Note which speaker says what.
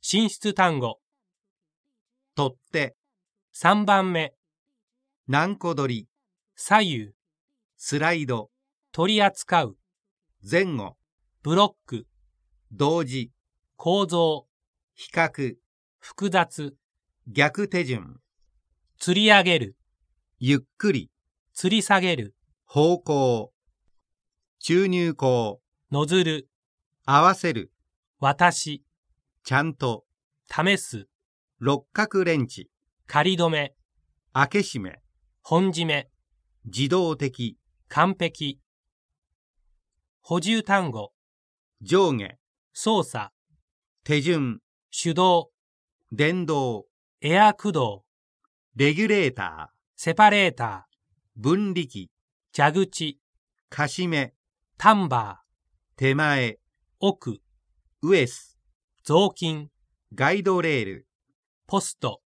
Speaker 1: 進出単語
Speaker 2: 取って、
Speaker 1: 3番目、
Speaker 2: 軟骨取り、
Speaker 1: 左右、
Speaker 2: スライド、
Speaker 1: 取り扱う、
Speaker 2: 前後、
Speaker 1: ブロック、
Speaker 2: 同時、
Speaker 1: 構造、
Speaker 2: 比較、
Speaker 1: 複雑、
Speaker 2: 逆手順、
Speaker 1: 釣り上げる、
Speaker 2: ゆっくり、
Speaker 1: 吊り下げる、
Speaker 2: 方向、注入口、
Speaker 1: ノズル、
Speaker 2: 合わせる、
Speaker 1: 私、
Speaker 2: ちゃんと、
Speaker 1: 試す、
Speaker 2: 六角レンチ、
Speaker 1: 仮止め、
Speaker 2: 開け閉め、
Speaker 1: 本締め、
Speaker 2: 自動的、
Speaker 1: 完璧。補充単語、
Speaker 2: 上下、
Speaker 1: 操作、
Speaker 2: 手順、
Speaker 1: 手動、
Speaker 2: 電動、
Speaker 1: エア駆動、
Speaker 2: レギュレータ
Speaker 1: セパレータ
Speaker 2: ー、分離器、
Speaker 1: ー、蛇口、
Speaker 2: 貸し目、
Speaker 1: タンバー、
Speaker 2: 手前、
Speaker 1: 奥、
Speaker 2: ウエス、
Speaker 1: 雑巾、
Speaker 2: ガイドレール。
Speaker 1: ポスト。